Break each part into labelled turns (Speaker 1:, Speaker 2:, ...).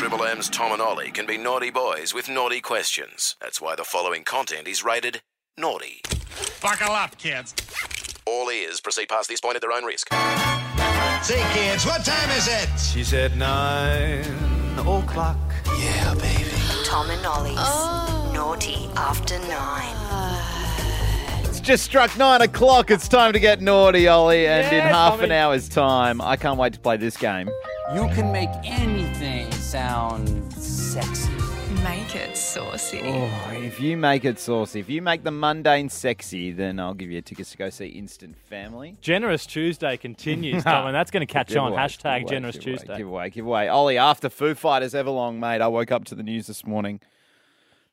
Speaker 1: FM's Tom and Ollie can be naughty boys with naughty questions. That's why the following content is rated naughty.
Speaker 2: Buckle up, kids.
Speaker 1: All ears proceed past this point at their own risk.
Speaker 3: Say, kids, what time is it?
Speaker 4: She said nine o'clock.
Speaker 5: Tom and Ollie's Naughty After Nine.
Speaker 6: It's just struck nine o'clock. It's time to get naughty, Ollie. And in half an hour's time, I can't wait to play this game.
Speaker 7: You can make anything sound sexy.
Speaker 8: Make it saucy.
Speaker 6: Oh, if you make it saucy, if you make the mundane sexy, then I'll give you tickets to go see Instant Family.
Speaker 9: Generous Tuesday continues, Tom, and that's going to catch on.
Speaker 6: Giveaway,
Speaker 9: Hashtag
Speaker 6: giveaway,
Speaker 9: Generous
Speaker 6: giveaway,
Speaker 9: Tuesday.
Speaker 6: Giveaway, giveaway. Ollie, after Foo Fighters Everlong, mate, I woke up to the news this morning.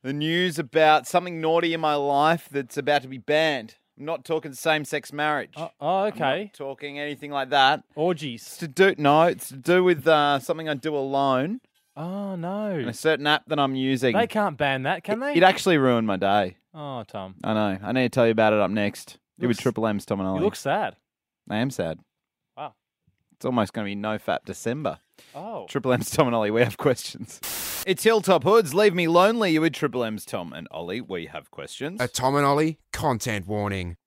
Speaker 6: The news about something naughty in my life that's about to be banned. I'm not talking same sex marriage.
Speaker 9: Oh,
Speaker 6: I'm
Speaker 9: okay.
Speaker 6: not talking anything like that. It's
Speaker 9: Orgies.
Speaker 6: to do no, it's to do with uh, something I do alone
Speaker 9: Oh,
Speaker 6: and
Speaker 9: no.
Speaker 6: a certain app that I'm using.
Speaker 9: They can't ban that, can they?
Speaker 6: It actually ruined my day.
Speaker 9: oh, Tom.
Speaker 6: I know. I need to tell you about it up next. it was
Speaker 9: Looks-
Speaker 6: Triple M's Tom and
Speaker 9: You
Speaker 6: Ollie.
Speaker 9: look sad.
Speaker 6: I am sad.
Speaker 9: Wow.
Speaker 6: It's almost going to be no fap December.
Speaker 9: Oh.
Speaker 6: Triple M's Tom and Ollie, we have questions. It's Hilltop Hoods. Leave me lonely. You with Triple M's Tom and Ollie. We have questions.
Speaker 3: A Tom and Ollie content warning.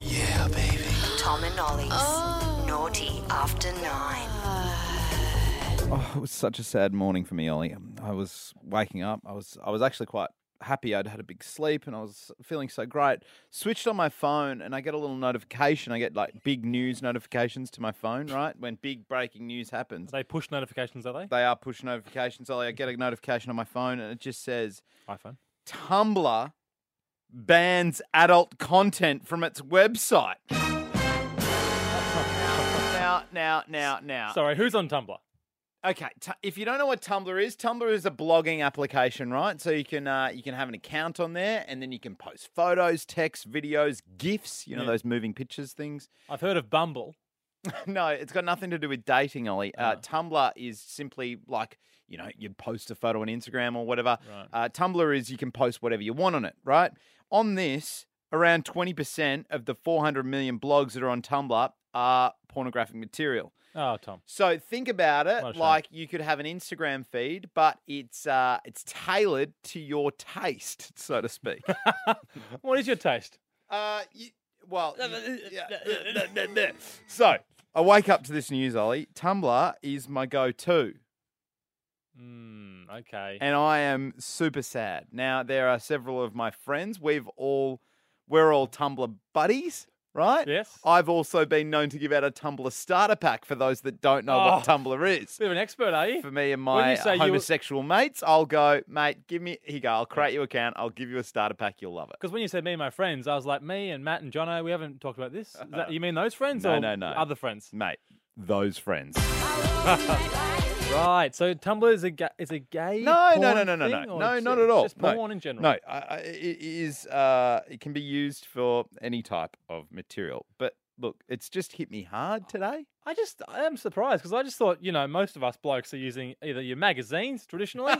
Speaker 5: Tom and Ollie's Naughty After Nine.
Speaker 6: Oh, it was such a sad morning for me, Ollie. Um, I was waking up. I was I was actually quite happy. I'd had a big sleep and I was feeling so great. Switched on my phone and I get a little notification. I get like big news notifications to my phone, right? When big breaking news happens.
Speaker 9: They push notifications, are they?
Speaker 6: They are push notifications, Ollie. I get a notification on my phone and it just says
Speaker 9: iPhone.
Speaker 6: Tumblr bans adult content from its website. Now, now, now, now.
Speaker 9: Sorry, who's on Tumblr?
Speaker 6: Okay, t- if you don't know what Tumblr is, Tumblr is a blogging application, right? So you can uh, you can have an account on there, and then you can post photos, texts, videos, gifs. You know
Speaker 9: Yeah.
Speaker 6: those moving pictures things.
Speaker 9: I've heard of Bumble.
Speaker 6: no, it's got nothing to do with dating, Ollie. Uh,
Speaker 9: Ah.
Speaker 6: Tumblr is simply like you know you post a photo on Instagram or whatever.
Speaker 9: Right.
Speaker 6: Uh, Tumblr is you can post whatever you want on it, right? On this, around twenty percent of the four hundred million blogs that are on Tumblr are pornographic material.
Speaker 9: Oh, Tom.
Speaker 6: So think about
Speaker 9: What a
Speaker 6: it
Speaker 9: shame.
Speaker 6: like you could have an Instagram feed, but it's uh, it's tailored to your taste, so to speak.
Speaker 9: What is your taste?
Speaker 6: uh, you, well, you- yeah. so I wake up to this news, Ollie. Tumblr is my go-to,
Speaker 9: Mm, okay.
Speaker 6: and I am super sad. Now there are several of my friends. We've all we're all Tumblr buddies, right?
Speaker 9: Yes.
Speaker 6: I've also been known to give out a Tumblr starter pack for those that don't know
Speaker 9: Oh.
Speaker 6: what Tumblr is.
Speaker 9: Bit of an expert, are you?
Speaker 6: for me and
Speaker 9: When
Speaker 6: my
Speaker 9: you say you-
Speaker 6: homosexual mates, I'll go, mate, give me, here you go, I'll create you an account, I'll give you a starter pack, you'll love it.
Speaker 9: Because when you said me and my friends, I was like, me and Matt and Jono, we haven't talked about this. Is that, you mean those friends
Speaker 6: Uh-uh. No,
Speaker 9: or
Speaker 6: no, no.
Speaker 9: other friends?
Speaker 6: Mate, those friends.
Speaker 9: Right, so Tumblr is a, ga- is a gay
Speaker 6: No,
Speaker 9: porn
Speaker 6: no, no, no, no,
Speaker 9: thing,
Speaker 6: no,
Speaker 9: or
Speaker 6: no,
Speaker 9: it's-
Speaker 6: not
Speaker 9: it's
Speaker 6: at all.
Speaker 9: Just
Speaker 6: No.
Speaker 9: porn in general.
Speaker 6: No, I, I, it is, uh, it can be used for any type of material. But look, it's just hit me hard today.
Speaker 9: I just I am surprised because I just thought you know most of us blokes are using either your magazines traditionally,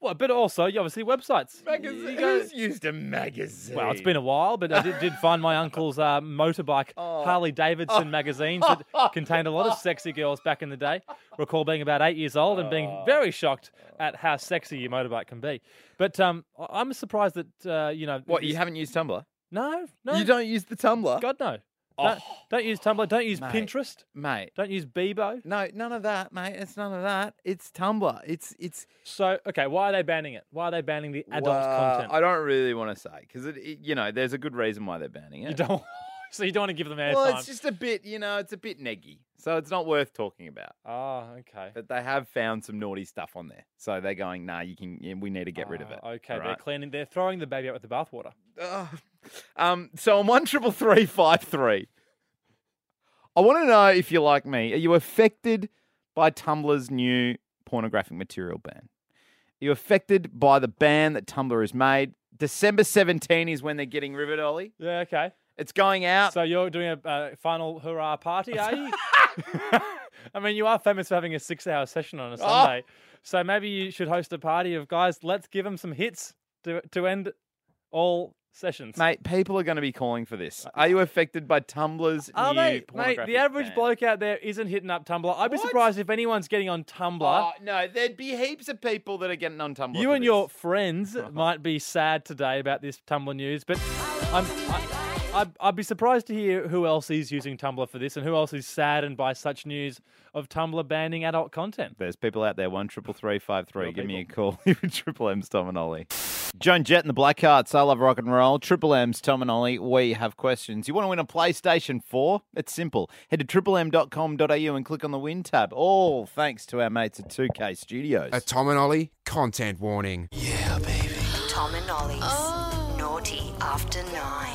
Speaker 9: well, but also you obviously websites. Y- You go-
Speaker 6: Who's used a magazine?
Speaker 9: well, it's been a while, but I did, did find my uncle's uh, motorbike
Speaker 6: Oh.
Speaker 9: Harley Davidson magazines that contained a lot of sexy girls back in the day. Recall being about eight years old and
Speaker 6: Oh.
Speaker 9: being very shocked at how sexy your motorbike can be. But um, I- I'm surprised that uh, you know
Speaker 6: What, you
Speaker 9: this-
Speaker 6: haven't used Tumblr?
Speaker 9: No, no,
Speaker 6: You don't use the Tumblr?
Speaker 9: God no. Don't, don't use Tumblr. Don't use
Speaker 6: Oh. mate.
Speaker 9: Pinterest.
Speaker 6: Mate.
Speaker 9: Don't use Bebo.
Speaker 6: No, none of that, mate. It's none of that. It's Tumblr. It's, it's,
Speaker 9: So, okay, why are they banning it? Why are they banning the adult
Speaker 6: Well,
Speaker 9: content?
Speaker 6: I don't really want to say because it, it- you know, there's a good reason why they're banning it.
Speaker 9: You don't. So you don't want to give them airtime.
Speaker 6: Well, it's just a bit, you know, it's a bit neggy, so it's not worth talking about.
Speaker 9: oh, okay.
Speaker 6: But they have found some naughty stuff on there, so they're going, nah, you can, yeah, we need to get rid of
Speaker 9: Ah,
Speaker 6: it.
Speaker 9: Okay, they're
Speaker 6: alright?
Speaker 9: cleaning. They're throwing the baby out with the bathwater.
Speaker 6: Ugh. um, so on one triple three five three, I want to know if you're like me. Are you affected by Tumblr's new pornographic material ban? Are you affected by the ban that Tumblr has made? December 17 is when they're getting rid of it, Ollie.
Speaker 9: Yeah, okay.
Speaker 6: It's going out.
Speaker 9: So you're doing a uh, final hurrah party, are you? I mean, you are famous for having a six-hour session on a
Speaker 6: Ah.
Speaker 9: Sunday, so maybe you should host a party of guys. Let's give them some hits to to end all sessions.
Speaker 6: Mate, people are going to be calling for this. Are you affected by Tumblr's
Speaker 9: Are
Speaker 6: new
Speaker 9: they? Mate,
Speaker 6: pornographic
Speaker 9: the average
Speaker 6: ban?
Speaker 9: bloke out there isn't hitting up Tumblr. I'd be
Speaker 6: What?
Speaker 9: surprised if anyone's getting on Tumblr.
Speaker 6: Oh, no, there'd be heaps of people that are getting on Tumblr.
Speaker 9: you
Speaker 6: for
Speaker 9: and
Speaker 6: this.
Speaker 9: your friends might be sad today about this Tumblr news, but I'm, I, I'd, I'd be surprised to hear who else is using Tumblr for this and who else is saddened by such news of Tumblr banning adult content.
Speaker 6: There's people out there. One triple three five three. Give me a call. Triple M's Tom and Ollie. Joan Jett and the Black Hearts. I love rock and roll. Triple M's Tom and Ollie. We have questions. You want to win a PlayStation Four? It's simple. Head to triplem.com.au and click on the Win tab. All thanks to our mates at Two K Studios.
Speaker 3: A Tom and Ollie content warning.
Speaker 5: Tom and Ollie's Naughty After Nine.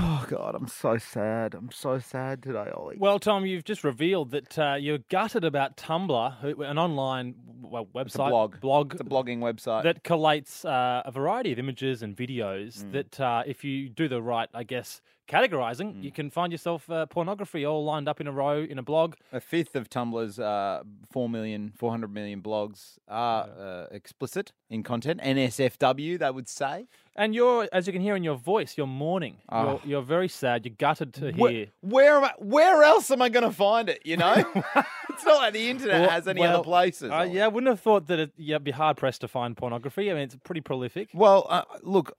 Speaker 6: Oh God, I'm so sad. I'm so sad today, Ollie.
Speaker 9: Well, Tom, you've just revealed that uh, you're gutted about Tumblr, who- an online well, website
Speaker 6: blog.
Speaker 9: blog
Speaker 6: It's a blogging website.
Speaker 9: that collates uh, a variety of images and videos
Speaker 6: Mm.
Speaker 9: that uh, if you do the right i guess categorizing
Speaker 6: Mm.
Speaker 9: you can find yourself uh, pornography all lined up in a row in a blog
Speaker 6: a fifth of Tumblr's uh, 4 million, 400 million blogs are uh, explicit in content. NSFW, they would say.
Speaker 9: and you're as you can hear in your voice you're mourning
Speaker 6: Ah.
Speaker 9: you're, you're very sad you're gutted to
Speaker 6: Wh-
Speaker 9: hear
Speaker 6: where am I, Where else am I going to find it? You know, it's not like the internet
Speaker 9: Well-
Speaker 6: has any
Speaker 9: well,
Speaker 6: other places.
Speaker 9: uh,
Speaker 6: Ollie.
Speaker 9: yeah i wouldn't have thought that it, you'd be hard pressed to find pornography i mean it's pretty prolific
Speaker 6: Well, uh, look,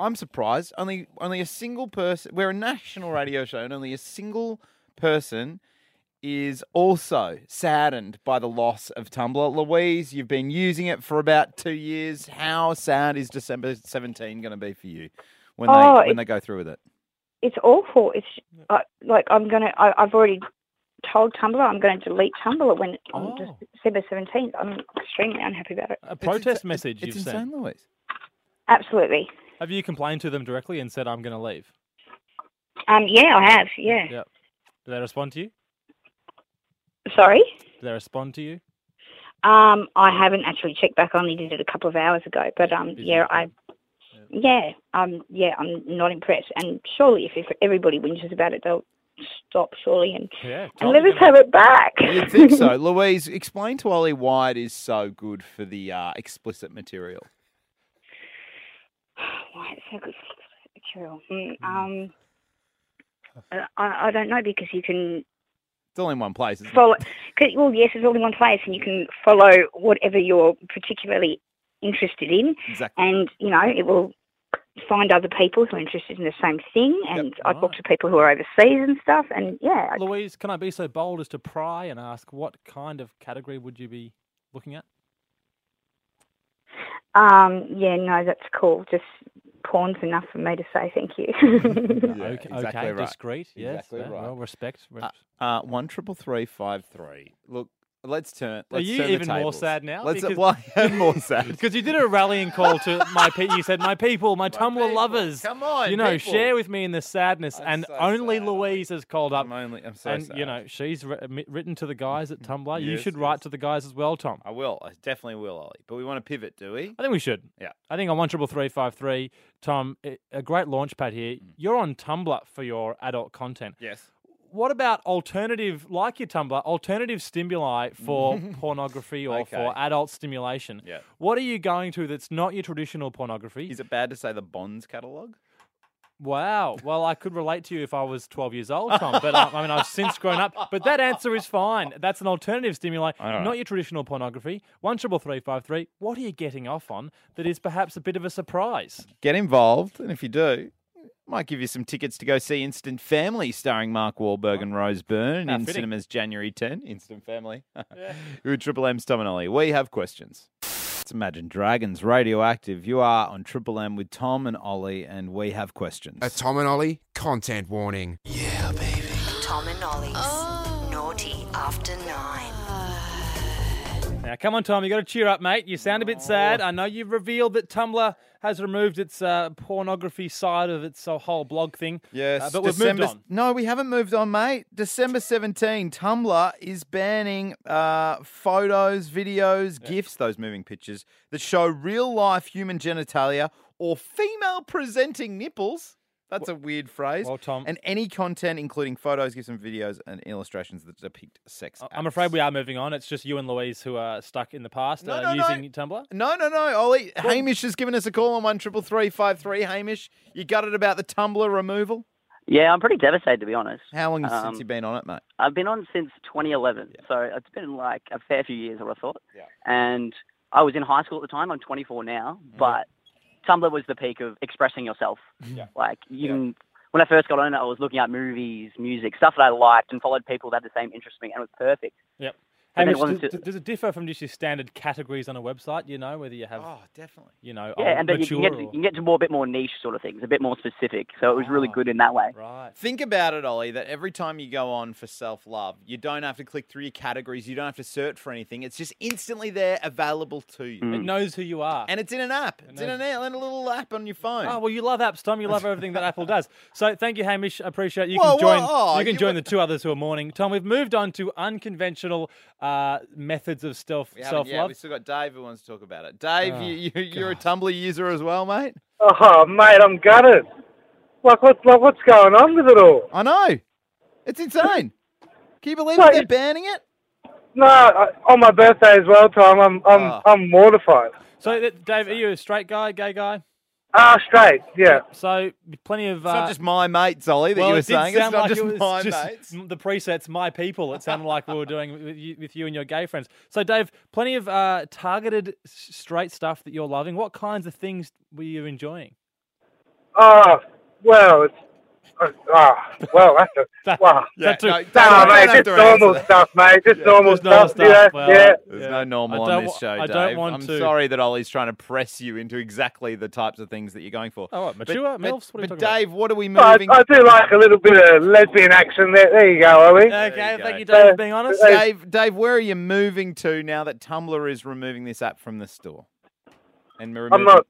Speaker 6: I'm surprised. Only, only a single person. We're a national radio show, and only a single person is also saddened by the loss of Tumblr. Louise, you've been using it for about two years. How sad is December 17 going to be for you when they
Speaker 10: Oh,
Speaker 6: when
Speaker 10: it-
Speaker 6: they go through with it?
Speaker 10: it's awful. It's uh, like I'm gonna. I, I've already told Tumblr I'm going to delete Tumblr when on
Speaker 9: Oh.
Speaker 10: December seventeenth. I'm extremely unhappy about it.
Speaker 9: a protest
Speaker 6: insa-
Speaker 9: message
Speaker 6: It's
Speaker 9: you've
Speaker 6: insane,
Speaker 9: sent
Speaker 6: Louise.
Speaker 10: Absolutely.
Speaker 9: have you complained to them directly and said i'm going to leave
Speaker 10: Um. Yeah, I have. Yeah.
Speaker 9: yeah do they respond to you
Speaker 10: Sorry.
Speaker 9: do they respond to you
Speaker 10: Um. I haven't actually checked back. I only did it a couple of hours ago. But um. Yeah. I. Yeah. Um. Yeah. I'm not impressed. And surely, if, if everybody whinges about it, they'll stop. Surely, and
Speaker 9: yeah
Speaker 10: and let us have it back.
Speaker 6: You'd think so, Louise. Explain to Ollie why it is so good for the uh, explicit material.
Speaker 10: Why it's so good for material. Mm, um, I, I don't know because you can
Speaker 6: It's all in one place. Isn't it?
Speaker 10: follow. Cause, well, yes, it's all in one place, and you can follow whatever you're particularly interested in,
Speaker 6: Exactly.
Speaker 10: and you know it will find other people who are interested in the same thing. And I talk
Speaker 9: right.
Speaker 10: to people who are overseas and stuff, and yeah, I-
Speaker 9: Louise, can I be so bold as to pry and ask what kind of category would you be looking at?
Speaker 10: um, yeah, no, that's cool. Just porn's enough for me to say thank you.
Speaker 6: Yeah,
Speaker 9: okay,
Speaker 6: exactly
Speaker 9: okay,
Speaker 6: right.
Speaker 9: discreet. Yes,
Speaker 6: Exactly
Speaker 9: yeah,
Speaker 6: right.
Speaker 9: Well, respect.
Speaker 6: Uh,
Speaker 9: res-
Speaker 6: uh, one triple three five three. Look, let's turn.
Speaker 9: Are
Speaker 6: Let's
Speaker 9: you
Speaker 6: turn the
Speaker 9: even more
Speaker 6: tables.
Speaker 9: sad now?
Speaker 6: Let's
Speaker 9: Because-
Speaker 6: well, I am more sad.
Speaker 9: Because you did a rallying call to my people. You said, "My people, my, Tumblr
Speaker 6: people,
Speaker 9: lovers,
Speaker 6: come on,
Speaker 9: you know,
Speaker 6: people."
Speaker 9: share with me in the sadness."
Speaker 6: I'm
Speaker 9: and
Speaker 6: so
Speaker 9: only
Speaker 6: sad,
Speaker 9: Louise has called up,
Speaker 6: I'm only. I'm so
Speaker 9: and
Speaker 6: sad. Mm-hmm.
Speaker 9: you know, she's wri- mi- written to the guys at Tumblr. you
Speaker 6: Yes,
Speaker 9: should
Speaker 6: yes.
Speaker 9: write to the guys as well, Tom.
Speaker 6: I will. I definitely will, Ollie. But we want to pivot, do we?
Speaker 9: I think we should.
Speaker 6: Yeah.
Speaker 9: I think on one triple three five three, Tom, i- a great launch pad here.
Speaker 6: Mm.
Speaker 9: You're on Tumblr for your adult content.
Speaker 6: Yes.
Speaker 9: What about alternative, like your Tumblr, alternative stimuli for pornography or
Speaker 6: Okay.
Speaker 9: for adult stimulation?
Speaker 6: Yeah.
Speaker 9: What are you going to that's not your traditional pornography?
Speaker 6: Is it bad to say the Bonds catalog?
Speaker 9: wow. Well, I could relate to you if I was 12 years old, Tom, but uh, I, I mean, I've since grown up. But that answer is fine. That's an alternative stimuli,
Speaker 6: All right.
Speaker 9: not your traditional pornography. 133353, what are you getting off on that is perhaps a bit of a surprise?
Speaker 6: Get involved, and if you do. Might give you some tickets to go see Instant Family starring Mark Wahlberg and Rose Byrne
Speaker 9: How
Speaker 6: in
Speaker 9: Oh. Ah, fitting.
Speaker 6: cinemas January 10. Instant Family. With Triple M's Tom and Ollie. We have questions. It's Imagine Dragons Radioactive. You are on Triple M with Tom and Ollie, and we have questions.
Speaker 3: A Tom and Ollie content warning.
Speaker 5: Tom and Ollie's Naughty After Nine.
Speaker 9: Now, come on, Tom. You got to cheer up, mate. You sound a bit
Speaker 6: Oh.
Speaker 9: sad. I know you've revealed that Tumblr has removed its uh, pornography side of its uh, whole blog thing.
Speaker 6: Yes,
Speaker 9: Uh, but we've
Speaker 6: December,
Speaker 9: moved on.
Speaker 6: No, we haven't moved on, mate. December 17, Tumblr is banning uh, photos, videos, GIFs, those moving pictures that show real life human genitalia or female presenting nipples. That's a weird phrase.
Speaker 9: Well, Tom-
Speaker 6: And any content, including photos, gifs, and videos, and illustrations that depict sex.
Speaker 9: I- I'm
Speaker 6: acts.
Speaker 9: afraid we are moving on. It's just you and Louise who are stuck in the past
Speaker 6: No,
Speaker 9: uh,
Speaker 6: no, no.
Speaker 9: using Tumblr.
Speaker 6: No, no, no, Ollie. Hamish has given us a call on one triple three five three. Hamish, you gutted about the Tumblr removal.
Speaker 11: Yeah, I'm pretty devastated to be honest.
Speaker 6: How long
Speaker 11: Um,
Speaker 6: since you been on it, mate?
Speaker 11: I've been on since 2011, so it's been like a fair few years, I would've thought. Yeah. And I was in high school at the time. I'm 24 now, but Tumblr was the peak of expressing yourself. Yeah. Like you can. When I first got on it, I was looking at movies, music, stuff that I liked, and followed people that had the same interest as me, and it was perfect.
Speaker 9: Yep.
Speaker 11: But
Speaker 9: Hamish,
Speaker 11: it wasn't
Speaker 9: does,
Speaker 11: to-
Speaker 9: does it differ from just your standard categories on a website? You know, whether you
Speaker 6: Oh.
Speaker 9: have,
Speaker 6: definitely.
Speaker 9: you know,
Speaker 11: Yeah,
Speaker 9: old,
Speaker 11: and but you can,
Speaker 9: mature
Speaker 11: get to, you
Speaker 9: or-
Speaker 11: can get to more, a bit more niche sort of things, a bit more specific. So it was really good in that way.
Speaker 9: right.
Speaker 6: Think about it, Ollie, that every time you go on for self love, you don't have to click through your categories, you don't have to search for anything. It's just instantly there available to you.
Speaker 9: It knows who you are.
Speaker 6: And it's in an app. It's in an app, in a little app on your phone.
Speaker 9: Oh well, you love apps, Tom. You love everything that Apple does. So thank you, Hamish. I Appreciate it. you
Speaker 6: Whoa,
Speaker 9: can join.
Speaker 6: whoa, oh,
Speaker 9: you can
Speaker 6: you
Speaker 9: join
Speaker 6: were-
Speaker 9: the two others who are mourning. Tom, we've moved on to unconventional uh, methods of self
Speaker 6: we
Speaker 9: self
Speaker 6: haven't yet.
Speaker 9: love.
Speaker 6: We've still got Dave who wants to talk about it. Dave,
Speaker 9: Oh,
Speaker 6: you, you, you're a Tumblr user as well, mate?
Speaker 12: Oh, mate, I'm gutted. Like, what, like what's going on with it all?
Speaker 6: I know. It's insane. Can you believe it?
Speaker 12: Mate,
Speaker 6: They're
Speaker 12: it-
Speaker 6: banning it?
Speaker 12: No, I, on my birthday as well, Tom. I'm I'm I'm mortified.
Speaker 9: So, th- Dave, are you a straight guy, gay guy?
Speaker 12: Ah, straight. Yeah.
Speaker 9: So, plenty of. Uh,
Speaker 6: It's not just my mates, Ollie, that
Speaker 9: well,
Speaker 6: you were
Speaker 9: it did
Speaker 6: saying. It's
Speaker 9: sound
Speaker 6: not
Speaker 9: like
Speaker 6: just
Speaker 9: it was
Speaker 6: my
Speaker 9: just
Speaker 6: mates.
Speaker 9: m- The presets, my people. It sounded like we were doing with you, with you and your gay friends. So, Dave, plenty of uh, targeted s- straight stuff that you're loving. What kinds of things were you enjoying?
Speaker 12: Ah, well, it's. uh, Ah, well, that's a wow.
Speaker 9: Yeah, that took- no,
Speaker 12: Nah,
Speaker 9: don't-
Speaker 12: Oh,
Speaker 9: don't
Speaker 12: mate,
Speaker 9: have to
Speaker 12: just normal
Speaker 9: answer that.
Speaker 12: stuff, mate. Just normal
Speaker 9: Just normal
Speaker 12: stuff. Yeah,
Speaker 9: stuff. Well,
Speaker 12: yeah.
Speaker 6: There's
Speaker 9: Yeah.
Speaker 6: no normal
Speaker 9: I don't
Speaker 6: on this
Speaker 9: wa-
Speaker 6: show,
Speaker 9: I
Speaker 6: Dave.
Speaker 9: don't want
Speaker 6: I'm
Speaker 9: to-
Speaker 6: sorry that Ollie's trying to press you into exactly the types of things that you're going for.
Speaker 9: Oh, what, mature
Speaker 6: but,
Speaker 9: MILFs? What are
Speaker 6: But, but
Speaker 9: you talking about?
Speaker 6: Dave, what are we
Speaker 12: I,
Speaker 6: moving?
Speaker 12: I do like a little bit of lesbian action there. There you go, Ollie.
Speaker 9: Okay,
Speaker 6: you
Speaker 9: thank
Speaker 6: go.
Speaker 9: you, Dave, for being honest.
Speaker 12: Uh,
Speaker 6: Dave, Dave, where are you moving to now that Tumblr is removing this app from the store? And we're removing-
Speaker 12: not-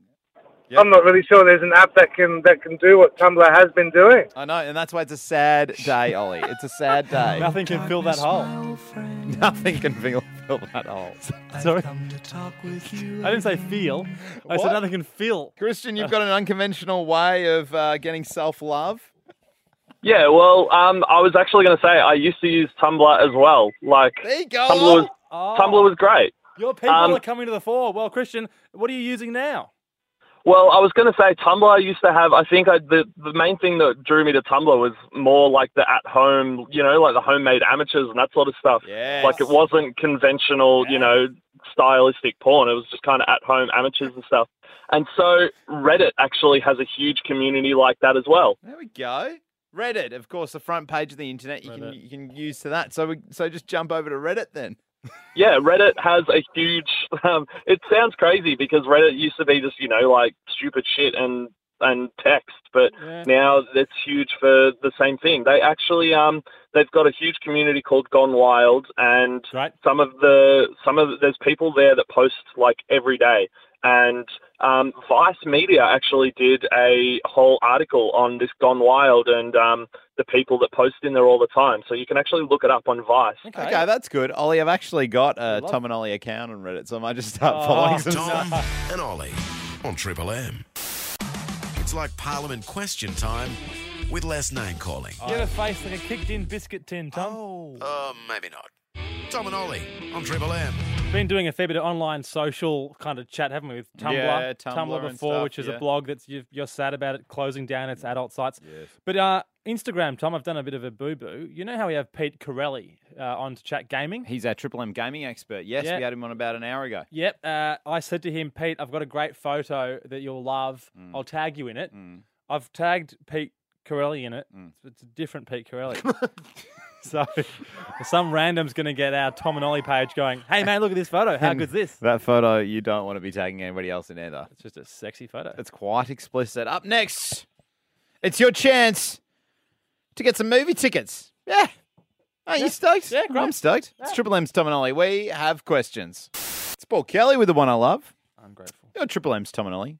Speaker 6: Yep.
Speaker 12: I'm not really sure there's an app that can that can do what Tumblr has been doing.
Speaker 6: I know, and that's why it's a sad day, Ollie. It's a sad day.
Speaker 9: Nothing can fill that hole.
Speaker 6: Nothing can fill, fill that hole.
Speaker 9: Sorry. I didn't say feel. I
Speaker 6: What?
Speaker 9: said nothing can feel.
Speaker 6: Christian, you've got an unconventional way of uh, getting self-love.
Speaker 13: Yeah, well, um, I was actually going to say I used to use Tumblr as well. Like
Speaker 6: There you go.
Speaker 13: Tumblr was
Speaker 9: Oh,
Speaker 13: Tumblr was great.
Speaker 9: your people
Speaker 13: um,
Speaker 9: are coming to the fore. Well, Christian, what are you using now?
Speaker 13: Well, I was going to say Tumblr used to have. I think I, the the main thing that drew me to Tumblr was more like the at home, you know, like the homemade amateurs and that sort of stuff.
Speaker 6: Yes.
Speaker 13: Like it wasn't conventional, you know, stylistic porn. It was just kind of at home amateurs and stuff. And so Reddit actually has a huge community like that as well.
Speaker 6: There we go. Reddit, of course, the front page of the internet. You can
Speaker 9: Reddit.
Speaker 6: you can use to that. So we, so just jump over to Reddit then.
Speaker 13: Yeah, Reddit has a huge. Um, it sounds crazy because Reddit used to be just you know like stupid shit and and text, but
Speaker 9: Yeah.
Speaker 13: now it's huge for the same thing. They actually um they've got a huge community called Gone Wild, and
Speaker 9: Right.
Speaker 13: some of the some of the, there's people there that post like every day. And um, Vice Media actually did a whole article on this Gone Wild and um, the people that post in there all the time. So you can actually look it up on Vice.
Speaker 6: Okay, that's good. Ollie, I've actually got a
Speaker 9: love-
Speaker 6: Tom and Ollie account on Reddit, so I might just start
Speaker 9: Oh,
Speaker 6: following some.
Speaker 1: Tom and Ollie on Triple M. It's like Parliament question time with less name calling.
Speaker 9: You have a face like a kicked in biscuit tin, Tom.
Speaker 6: Oh.
Speaker 1: Uh, maybe not. Tom and Ollie on Triple M.
Speaker 9: Been doing a fair bit of online social kind of chat, haven't we? With Tumblr,
Speaker 6: Yeah, Tumblr and
Speaker 9: before,
Speaker 6: stuff,
Speaker 9: which is
Speaker 6: yeah.
Speaker 9: a blog that's you you're sad about it closing down its adult sites. But uh, Instagram, Tom, I've done a bit of a boo boo. You know how we have Pete Corelli uh, on to chat gaming.
Speaker 6: He's our Triple M gaming expert. Yes,
Speaker 9: Yeah.
Speaker 6: we had him on about an hour ago.
Speaker 9: Yep. Uh, I said to him, Pete, I've got a great photo that you'll love.
Speaker 6: Mm.
Speaker 9: I'll tag you in it. I've tagged Pete Corelli in it.
Speaker 6: Mm.
Speaker 9: It's a different Pete Corelli. so some random's going to get our Tom and Ollie page going, hey, man, look at this photo. How good's this?
Speaker 6: That photo, you don't want to be tagging anybody else in either.
Speaker 9: It's just a sexy photo.
Speaker 6: It's quite explicit. Up next, it's your chance to get some movie tickets. Yeah. Aren't you stoked?
Speaker 9: Yeah, great.
Speaker 6: I'm stoked. It's Triple M's Tom and Ollie. We have questions. It's Paul Kelly with the one I love.
Speaker 9: Ungrateful.
Speaker 6: You're Triple M's Tom and Ollie.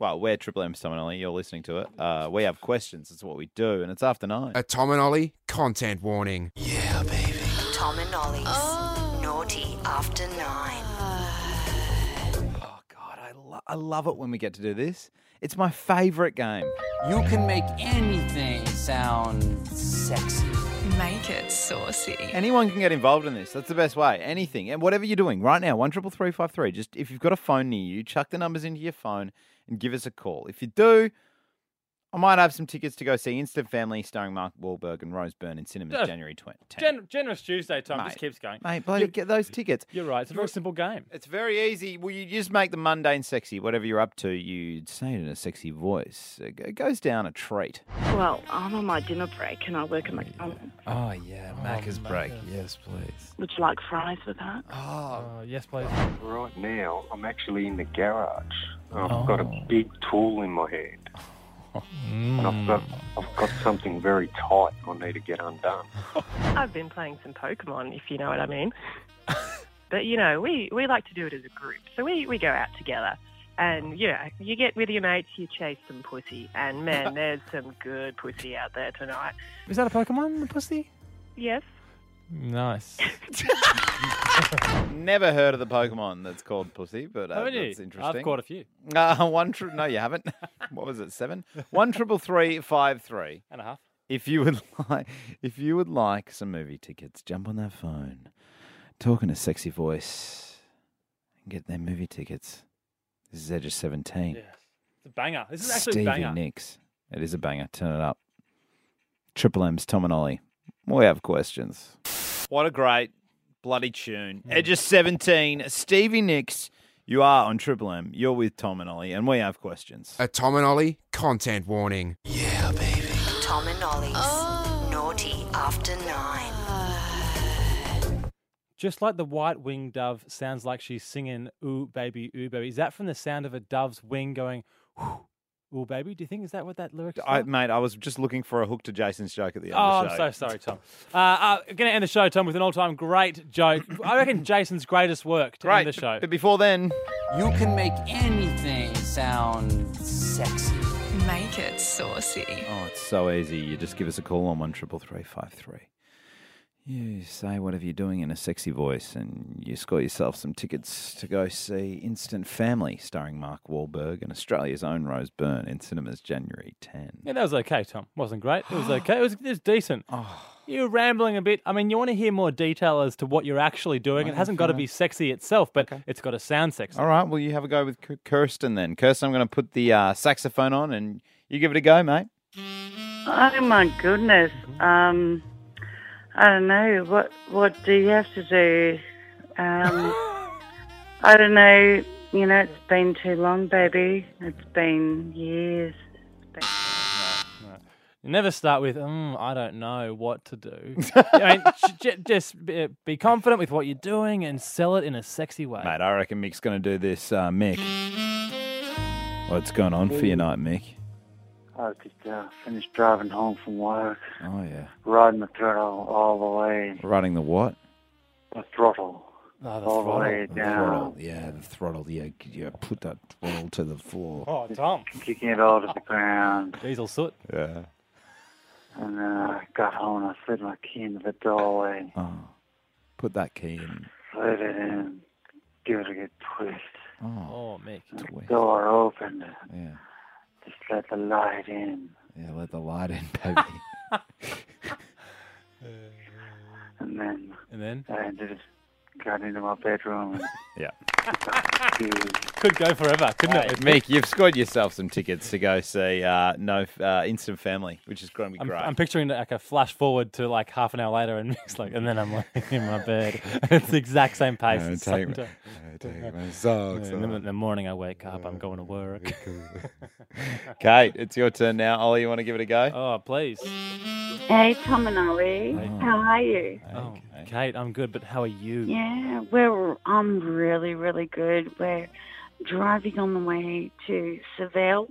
Speaker 6: Well, we're Triple M's Tom and Ollie. You're listening to it. Uh, we have questions. It's what we do, and it's after nine.
Speaker 3: A Tom and Ollie content warning.
Speaker 5: Tom and Ollie's Naughty After Nine.
Speaker 6: Oh God, I, lo- I love it when we get to do this. It's my favorite game.
Speaker 7: You can make anything sound sexy.
Speaker 8: Make it saucy.
Speaker 6: Anyone can get involved in this. That's the best way. Anything and whatever you're doing right now, one triple three five three. Just if you've got a phone near you, chuck the numbers into your phone and give us a call. If you do, I might have some tickets to go see Instant Family starring Mark Wahlberg and Rose Byrne in cinemas
Speaker 9: Yeah.
Speaker 6: January 20.
Speaker 9: Gen- generous Tuesday time just
Speaker 6: Mate.
Speaker 9: keeps going.
Speaker 6: Mate, bloody get those tickets.
Speaker 9: You're right. It's a very simple game.
Speaker 6: It's very easy. Well, you just make the mundane sexy. Whatever you're up to, you say it in a sexy voice. Uh, It go- goes down a treat.
Speaker 14: Well, I'm on my dinner break and I work at McDonald's.
Speaker 6: Oh, yeah. Macca's break. Yes, please.
Speaker 14: Would you like fries with that?
Speaker 9: Oh, yes, please.
Speaker 15: Right now, I'm actually in the garage. Oh, I've got
Speaker 9: Oh,
Speaker 15: a big tool in my hand. And I've got, I've got something very tight I need to get undone.
Speaker 16: I've been playing some Pokemon, if you know what I mean. but you know, we, we like to do it as a group, so we, we go out together, and you know, you get with your mates, you chase some pussy, and man, there's some good pussy out there tonight.
Speaker 9: Is that a Pokemon, the pussy?
Speaker 16: Yes.
Speaker 9: Nice.
Speaker 6: Never heard of the Pokemon that's called Pussy, but uh,
Speaker 9: Haven't you?
Speaker 6: that's
Speaker 9: I've
Speaker 6: interesting.
Speaker 9: caught a few.
Speaker 6: Uh, one tri- no, you haven't. what was it? Seven. One triple three five three
Speaker 9: And a half.
Speaker 6: If you would like, if you would like some movie tickets, jump on that phone, talk in a sexy voice, and get their movie tickets. This is Edge of Seventeen.
Speaker 9: It's a banger. This is actually
Speaker 6: Stevie
Speaker 9: a banger.
Speaker 6: Nicks. It is a banger. Turn it up. Triple M's Tom and Ollie. We have questions. Hmm. What a great bloody tune. Edge of 17, Stevie Nicks. You are on Triple M. You're with Tom and Ollie, and we have questions.
Speaker 3: A Tom and Ollie content warning.
Speaker 5: Tom and Ollie's Naughty After Nine.
Speaker 9: Just like the white winged dove sounds like she's singing "Ooh baby, ooh baby." Is that from the sound of a dove's wing going "Whew, "Ooh baby"? Do you think is that what that lyric? Is
Speaker 6: I,
Speaker 9: from?
Speaker 6: mate, I was just looking for a hook to Jason's joke at the end
Speaker 9: oh,
Speaker 6: of the
Speaker 9: I'm
Speaker 6: show.
Speaker 9: so sorry, Tom. Uh, uh, going to end the show, Tom, with an all-time great joke. I reckon Jason's greatest work to end the show.
Speaker 6: But before then,
Speaker 7: You can make anything sound sexy.
Speaker 8: Make it saucy.
Speaker 6: Oh, it's so easy. You just give us a call on one triple three five three. You say whatever you're doing in a sexy voice, and you score yourself some tickets to go see Instant Family, starring Mark Wahlberg and Australia's own Rose Byrne, in cinemas January 10.
Speaker 9: Yeah, that was okay, Tom. Wasn't great. It was okay. It was, it was decent.
Speaker 6: Oh.
Speaker 9: You're rambling a bit. I mean, you want to hear more detail as to what you're actually doing. It hasn't got to be sexy itself, but it's got to sound sexy.
Speaker 6: All right, well, you have a go with K- Kirsten then. Kirsten, I'm going to put the uh, saxophone on, and you give it a go, mate.
Speaker 17: Oh my goodness. Um, I don't know. What what do you have to do? Um, I don't know. You know, it's been too long, baby. It's been years.
Speaker 9: You never start with, mm, I don't know what to do. I mean, j- j- just be, be confident with what you're doing and sell it in a sexy way.
Speaker 6: Mate, I reckon Mick's going to do this. Uh, Mick. What's going on for you night, Mick?
Speaker 18: I just uh, finished driving home from work,
Speaker 6: Oh, yeah.
Speaker 18: riding the throttle all the way,
Speaker 6: Riding the what?
Speaker 18: the throttle
Speaker 9: Oh,
Speaker 18: all the way
Speaker 6: The
Speaker 18: down,
Speaker 6: throttle, yeah, the throttle. Yeah, g- yeah, put that throttle to the floor.
Speaker 9: Oh, Tom.
Speaker 18: kicking it all to the ground.
Speaker 9: Diesel soot.
Speaker 6: Yeah.
Speaker 18: And uh, I got home and I slid my key into the doorway,
Speaker 6: Oh, put that key in.
Speaker 18: slid it in, give it a good twist.
Speaker 6: Oh,
Speaker 9: Mick.
Speaker 18: Door opened,
Speaker 6: Yeah,
Speaker 18: just let the light in.
Speaker 6: yeah, let the light in, baby.
Speaker 18: And then,
Speaker 9: and then
Speaker 18: I ended, got into my bedroom. And
Speaker 6: Yeah.
Speaker 9: Could go forever, couldn't
Speaker 6: Hey,
Speaker 9: it?
Speaker 6: Meek, you've scored yourself some tickets to go see uh, No uh, Instant Family, which is going to be
Speaker 9: I'm,
Speaker 6: great.
Speaker 9: I'm picturing like a flash forward to like half an hour later, and it's like, and then I'm like in my bed. it's the exact same pace.
Speaker 6: Yeah,
Speaker 9: it's
Speaker 6: take
Speaker 9: same
Speaker 6: my-
Speaker 9: time.
Speaker 6: I take my socks
Speaker 9: And then
Speaker 6: off.
Speaker 9: in the morning, I wake up, I'm going to work.
Speaker 6: Kate, it's your turn now. Ollie, you want to give it a go?
Speaker 9: Oh, please.
Speaker 14: Hey, Tom and Ollie. How are you?
Speaker 9: Oh, Kate, I'm good, but how are you?
Speaker 14: Yeah, well, I'm really, really good. We're driving on the way to Seville,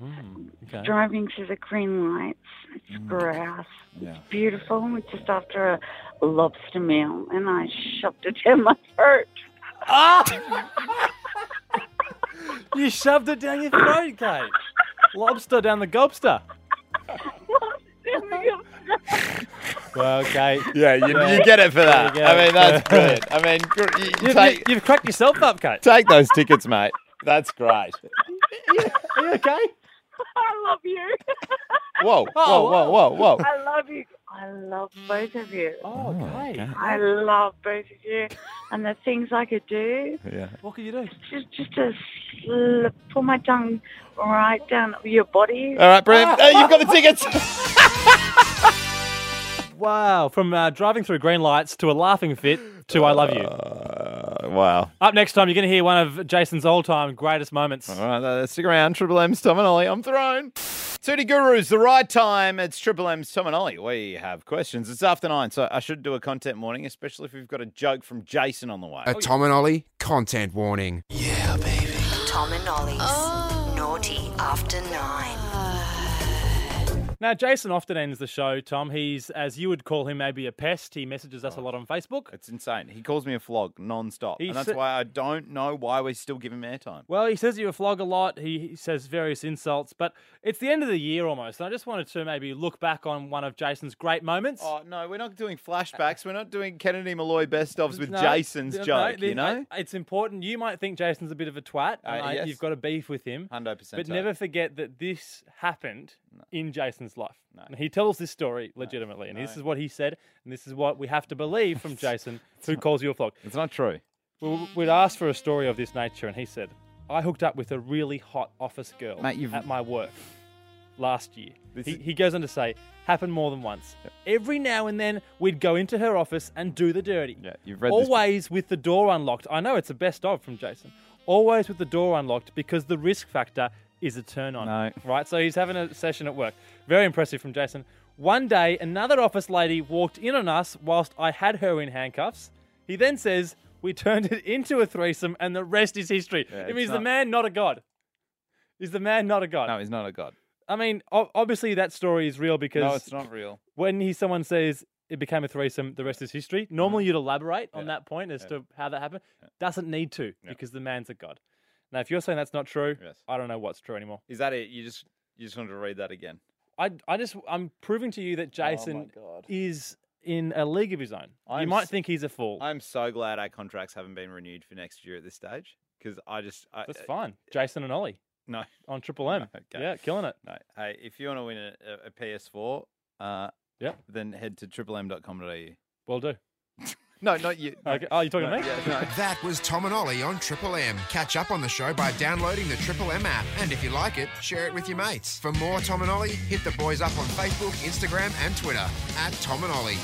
Speaker 9: Mm, okay. Mm.
Speaker 14: driving through the green lights. It's grass.
Speaker 6: Yeah.
Speaker 14: Beautiful. We're just after a lobster meal, and I shoved it down my throat.
Speaker 9: Ah! You shoved it down your throat, Kate. Lobster down the gobster. Well, Kate.
Speaker 6: Yeah, you, you get it for that. I mean, that's brilliant. I mean, gr- you,
Speaker 9: You've,
Speaker 6: take,
Speaker 9: you've cracked yourself up, Kate.
Speaker 6: take those tickets, mate. That's great.
Speaker 9: Are you okay?
Speaker 14: I love you.
Speaker 6: Whoa, whoa, whoa, whoa, whoa.
Speaker 14: I love you. I love both of you.
Speaker 9: Oh, okay.
Speaker 14: I love both of you. And the things I could do,
Speaker 6: Yeah.
Speaker 9: What can you do?
Speaker 14: just just to slip, pull my tongue right down your body.
Speaker 6: All right, Bram, uh, you've got the tickets.
Speaker 9: Wow. From uh, driving through green lights to a laughing fit to I love you.
Speaker 6: Oh, wow.
Speaker 9: Up next time, you're going to hear one of Jason's all time greatest moments.
Speaker 6: All right, uh, stick around. Triple M's Tom and Ollie. I'm thrown. Tootie Guru's the right time. It's Triple M's Tom and Ollie. We have questions. It's after nine, so I should do a content warning, especially if we've got a joke from Jason on the way.
Speaker 3: A Tom and Ollie content warning.
Speaker 5: Tom and Ollie's Naughty After Nine.
Speaker 9: Now, Jason often ends the show, Tom. He's, as you would call him, maybe a pest. He messages us a lot on Facebook.
Speaker 6: It's insane. He calls me a flog non-stop,
Speaker 9: He
Speaker 6: and that's
Speaker 9: sa-
Speaker 6: why I don't know why we still give him airtime.
Speaker 9: Well, he says you flog a lot. He he says various insults, but it's the end of the year almost. And I just wanted to maybe look back on one of Jason's great moments.
Speaker 6: Oh no, we're not doing flashbacks. We're not doing Kennedy Malloy best ofs with
Speaker 9: No,
Speaker 6: Jason's
Speaker 9: no,
Speaker 6: joke.
Speaker 9: the-
Speaker 6: you know,
Speaker 9: I- it's important. You might think Jason's a bit of a twat. and
Speaker 6: Uh,
Speaker 9: I-
Speaker 6: yes.
Speaker 9: You've got a beef with him.
Speaker 6: hundred percent.
Speaker 9: But never forget that this happened in Jason's life. And He tells this story legitimately, and this is what he said, and this is what we have to believe from Jason, who calls you a flog.
Speaker 6: It's not true.
Speaker 9: We- We'd asked for a story of this nature, and he said, I hooked up with a really hot office girl
Speaker 6: Mate, you've-
Speaker 9: at my work last year. He, he goes on to say, happened more than once. Every now and then, we'd go into her office and do the dirty. Yeah,
Speaker 6: you've read this
Speaker 9: Always with the door unlocked. I know it's the best of from Jason. Always with the door unlocked because the risk factor is a turn on. Right? So he's having a session at work. Very impressive from Jason. One day, another office lady walked in on us whilst I had her in handcuffs. He then says, We turned it into a threesome and the rest is history. it
Speaker 6: it's
Speaker 9: means the
Speaker 6: not-
Speaker 9: man not a god. Is the man not a god?
Speaker 6: No, he's not a god.
Speaker 9: I mean, o- obviously that story is real because
Speaker 6: No, it's not real.
Speaker 9: when he someone says it became a threesome, the rest is history.
Speaker 6: Mm-hmm.
Speaker 9: Normally, you'd elaborate on that point as to how that happened. Doesn't need to because the man's a god. Now, if you're saying that's not true, I don't know what's true anymore.
Speaker 6: Is that it? You just you just wanted to read that again.
Speaker 9: I, I just I'm proving to you that Jason
Speaker 6: Oh God.
Speaker 9: is in a league of his own. you
Speaker 6: I'm
Speaker 9: might
Speaker 6: s-
Speaker 9: think he's a fool.
Speaker 6: I'm so glad our contracts haven't been renewed for next year at this stage because I just I, uh,
Speaker 9: that's fine. Jason and Ollie
Speaker 6: No,
Speaker 9: on Triple M. Yeah, killing it.
Speaker 6: no. Hey, if you want to win a, a, a PS4, uh,
Speaker 9: Yep.
Speaker 6: then head to triplem.com.au.
Speaker 9: Will do.
Speaker 6: No, not you.
Speaker 9: Okay. Oh, you're talking to me?
Speaker 3: That was Tom and Ollie on Triple M. Catch up on the show by downloading the Triple M app. And if you like it, share it with your mates. For more Tom and Ollie, hit the boys up on Facebook, Instagram, and Twitter at Tom and Ollie.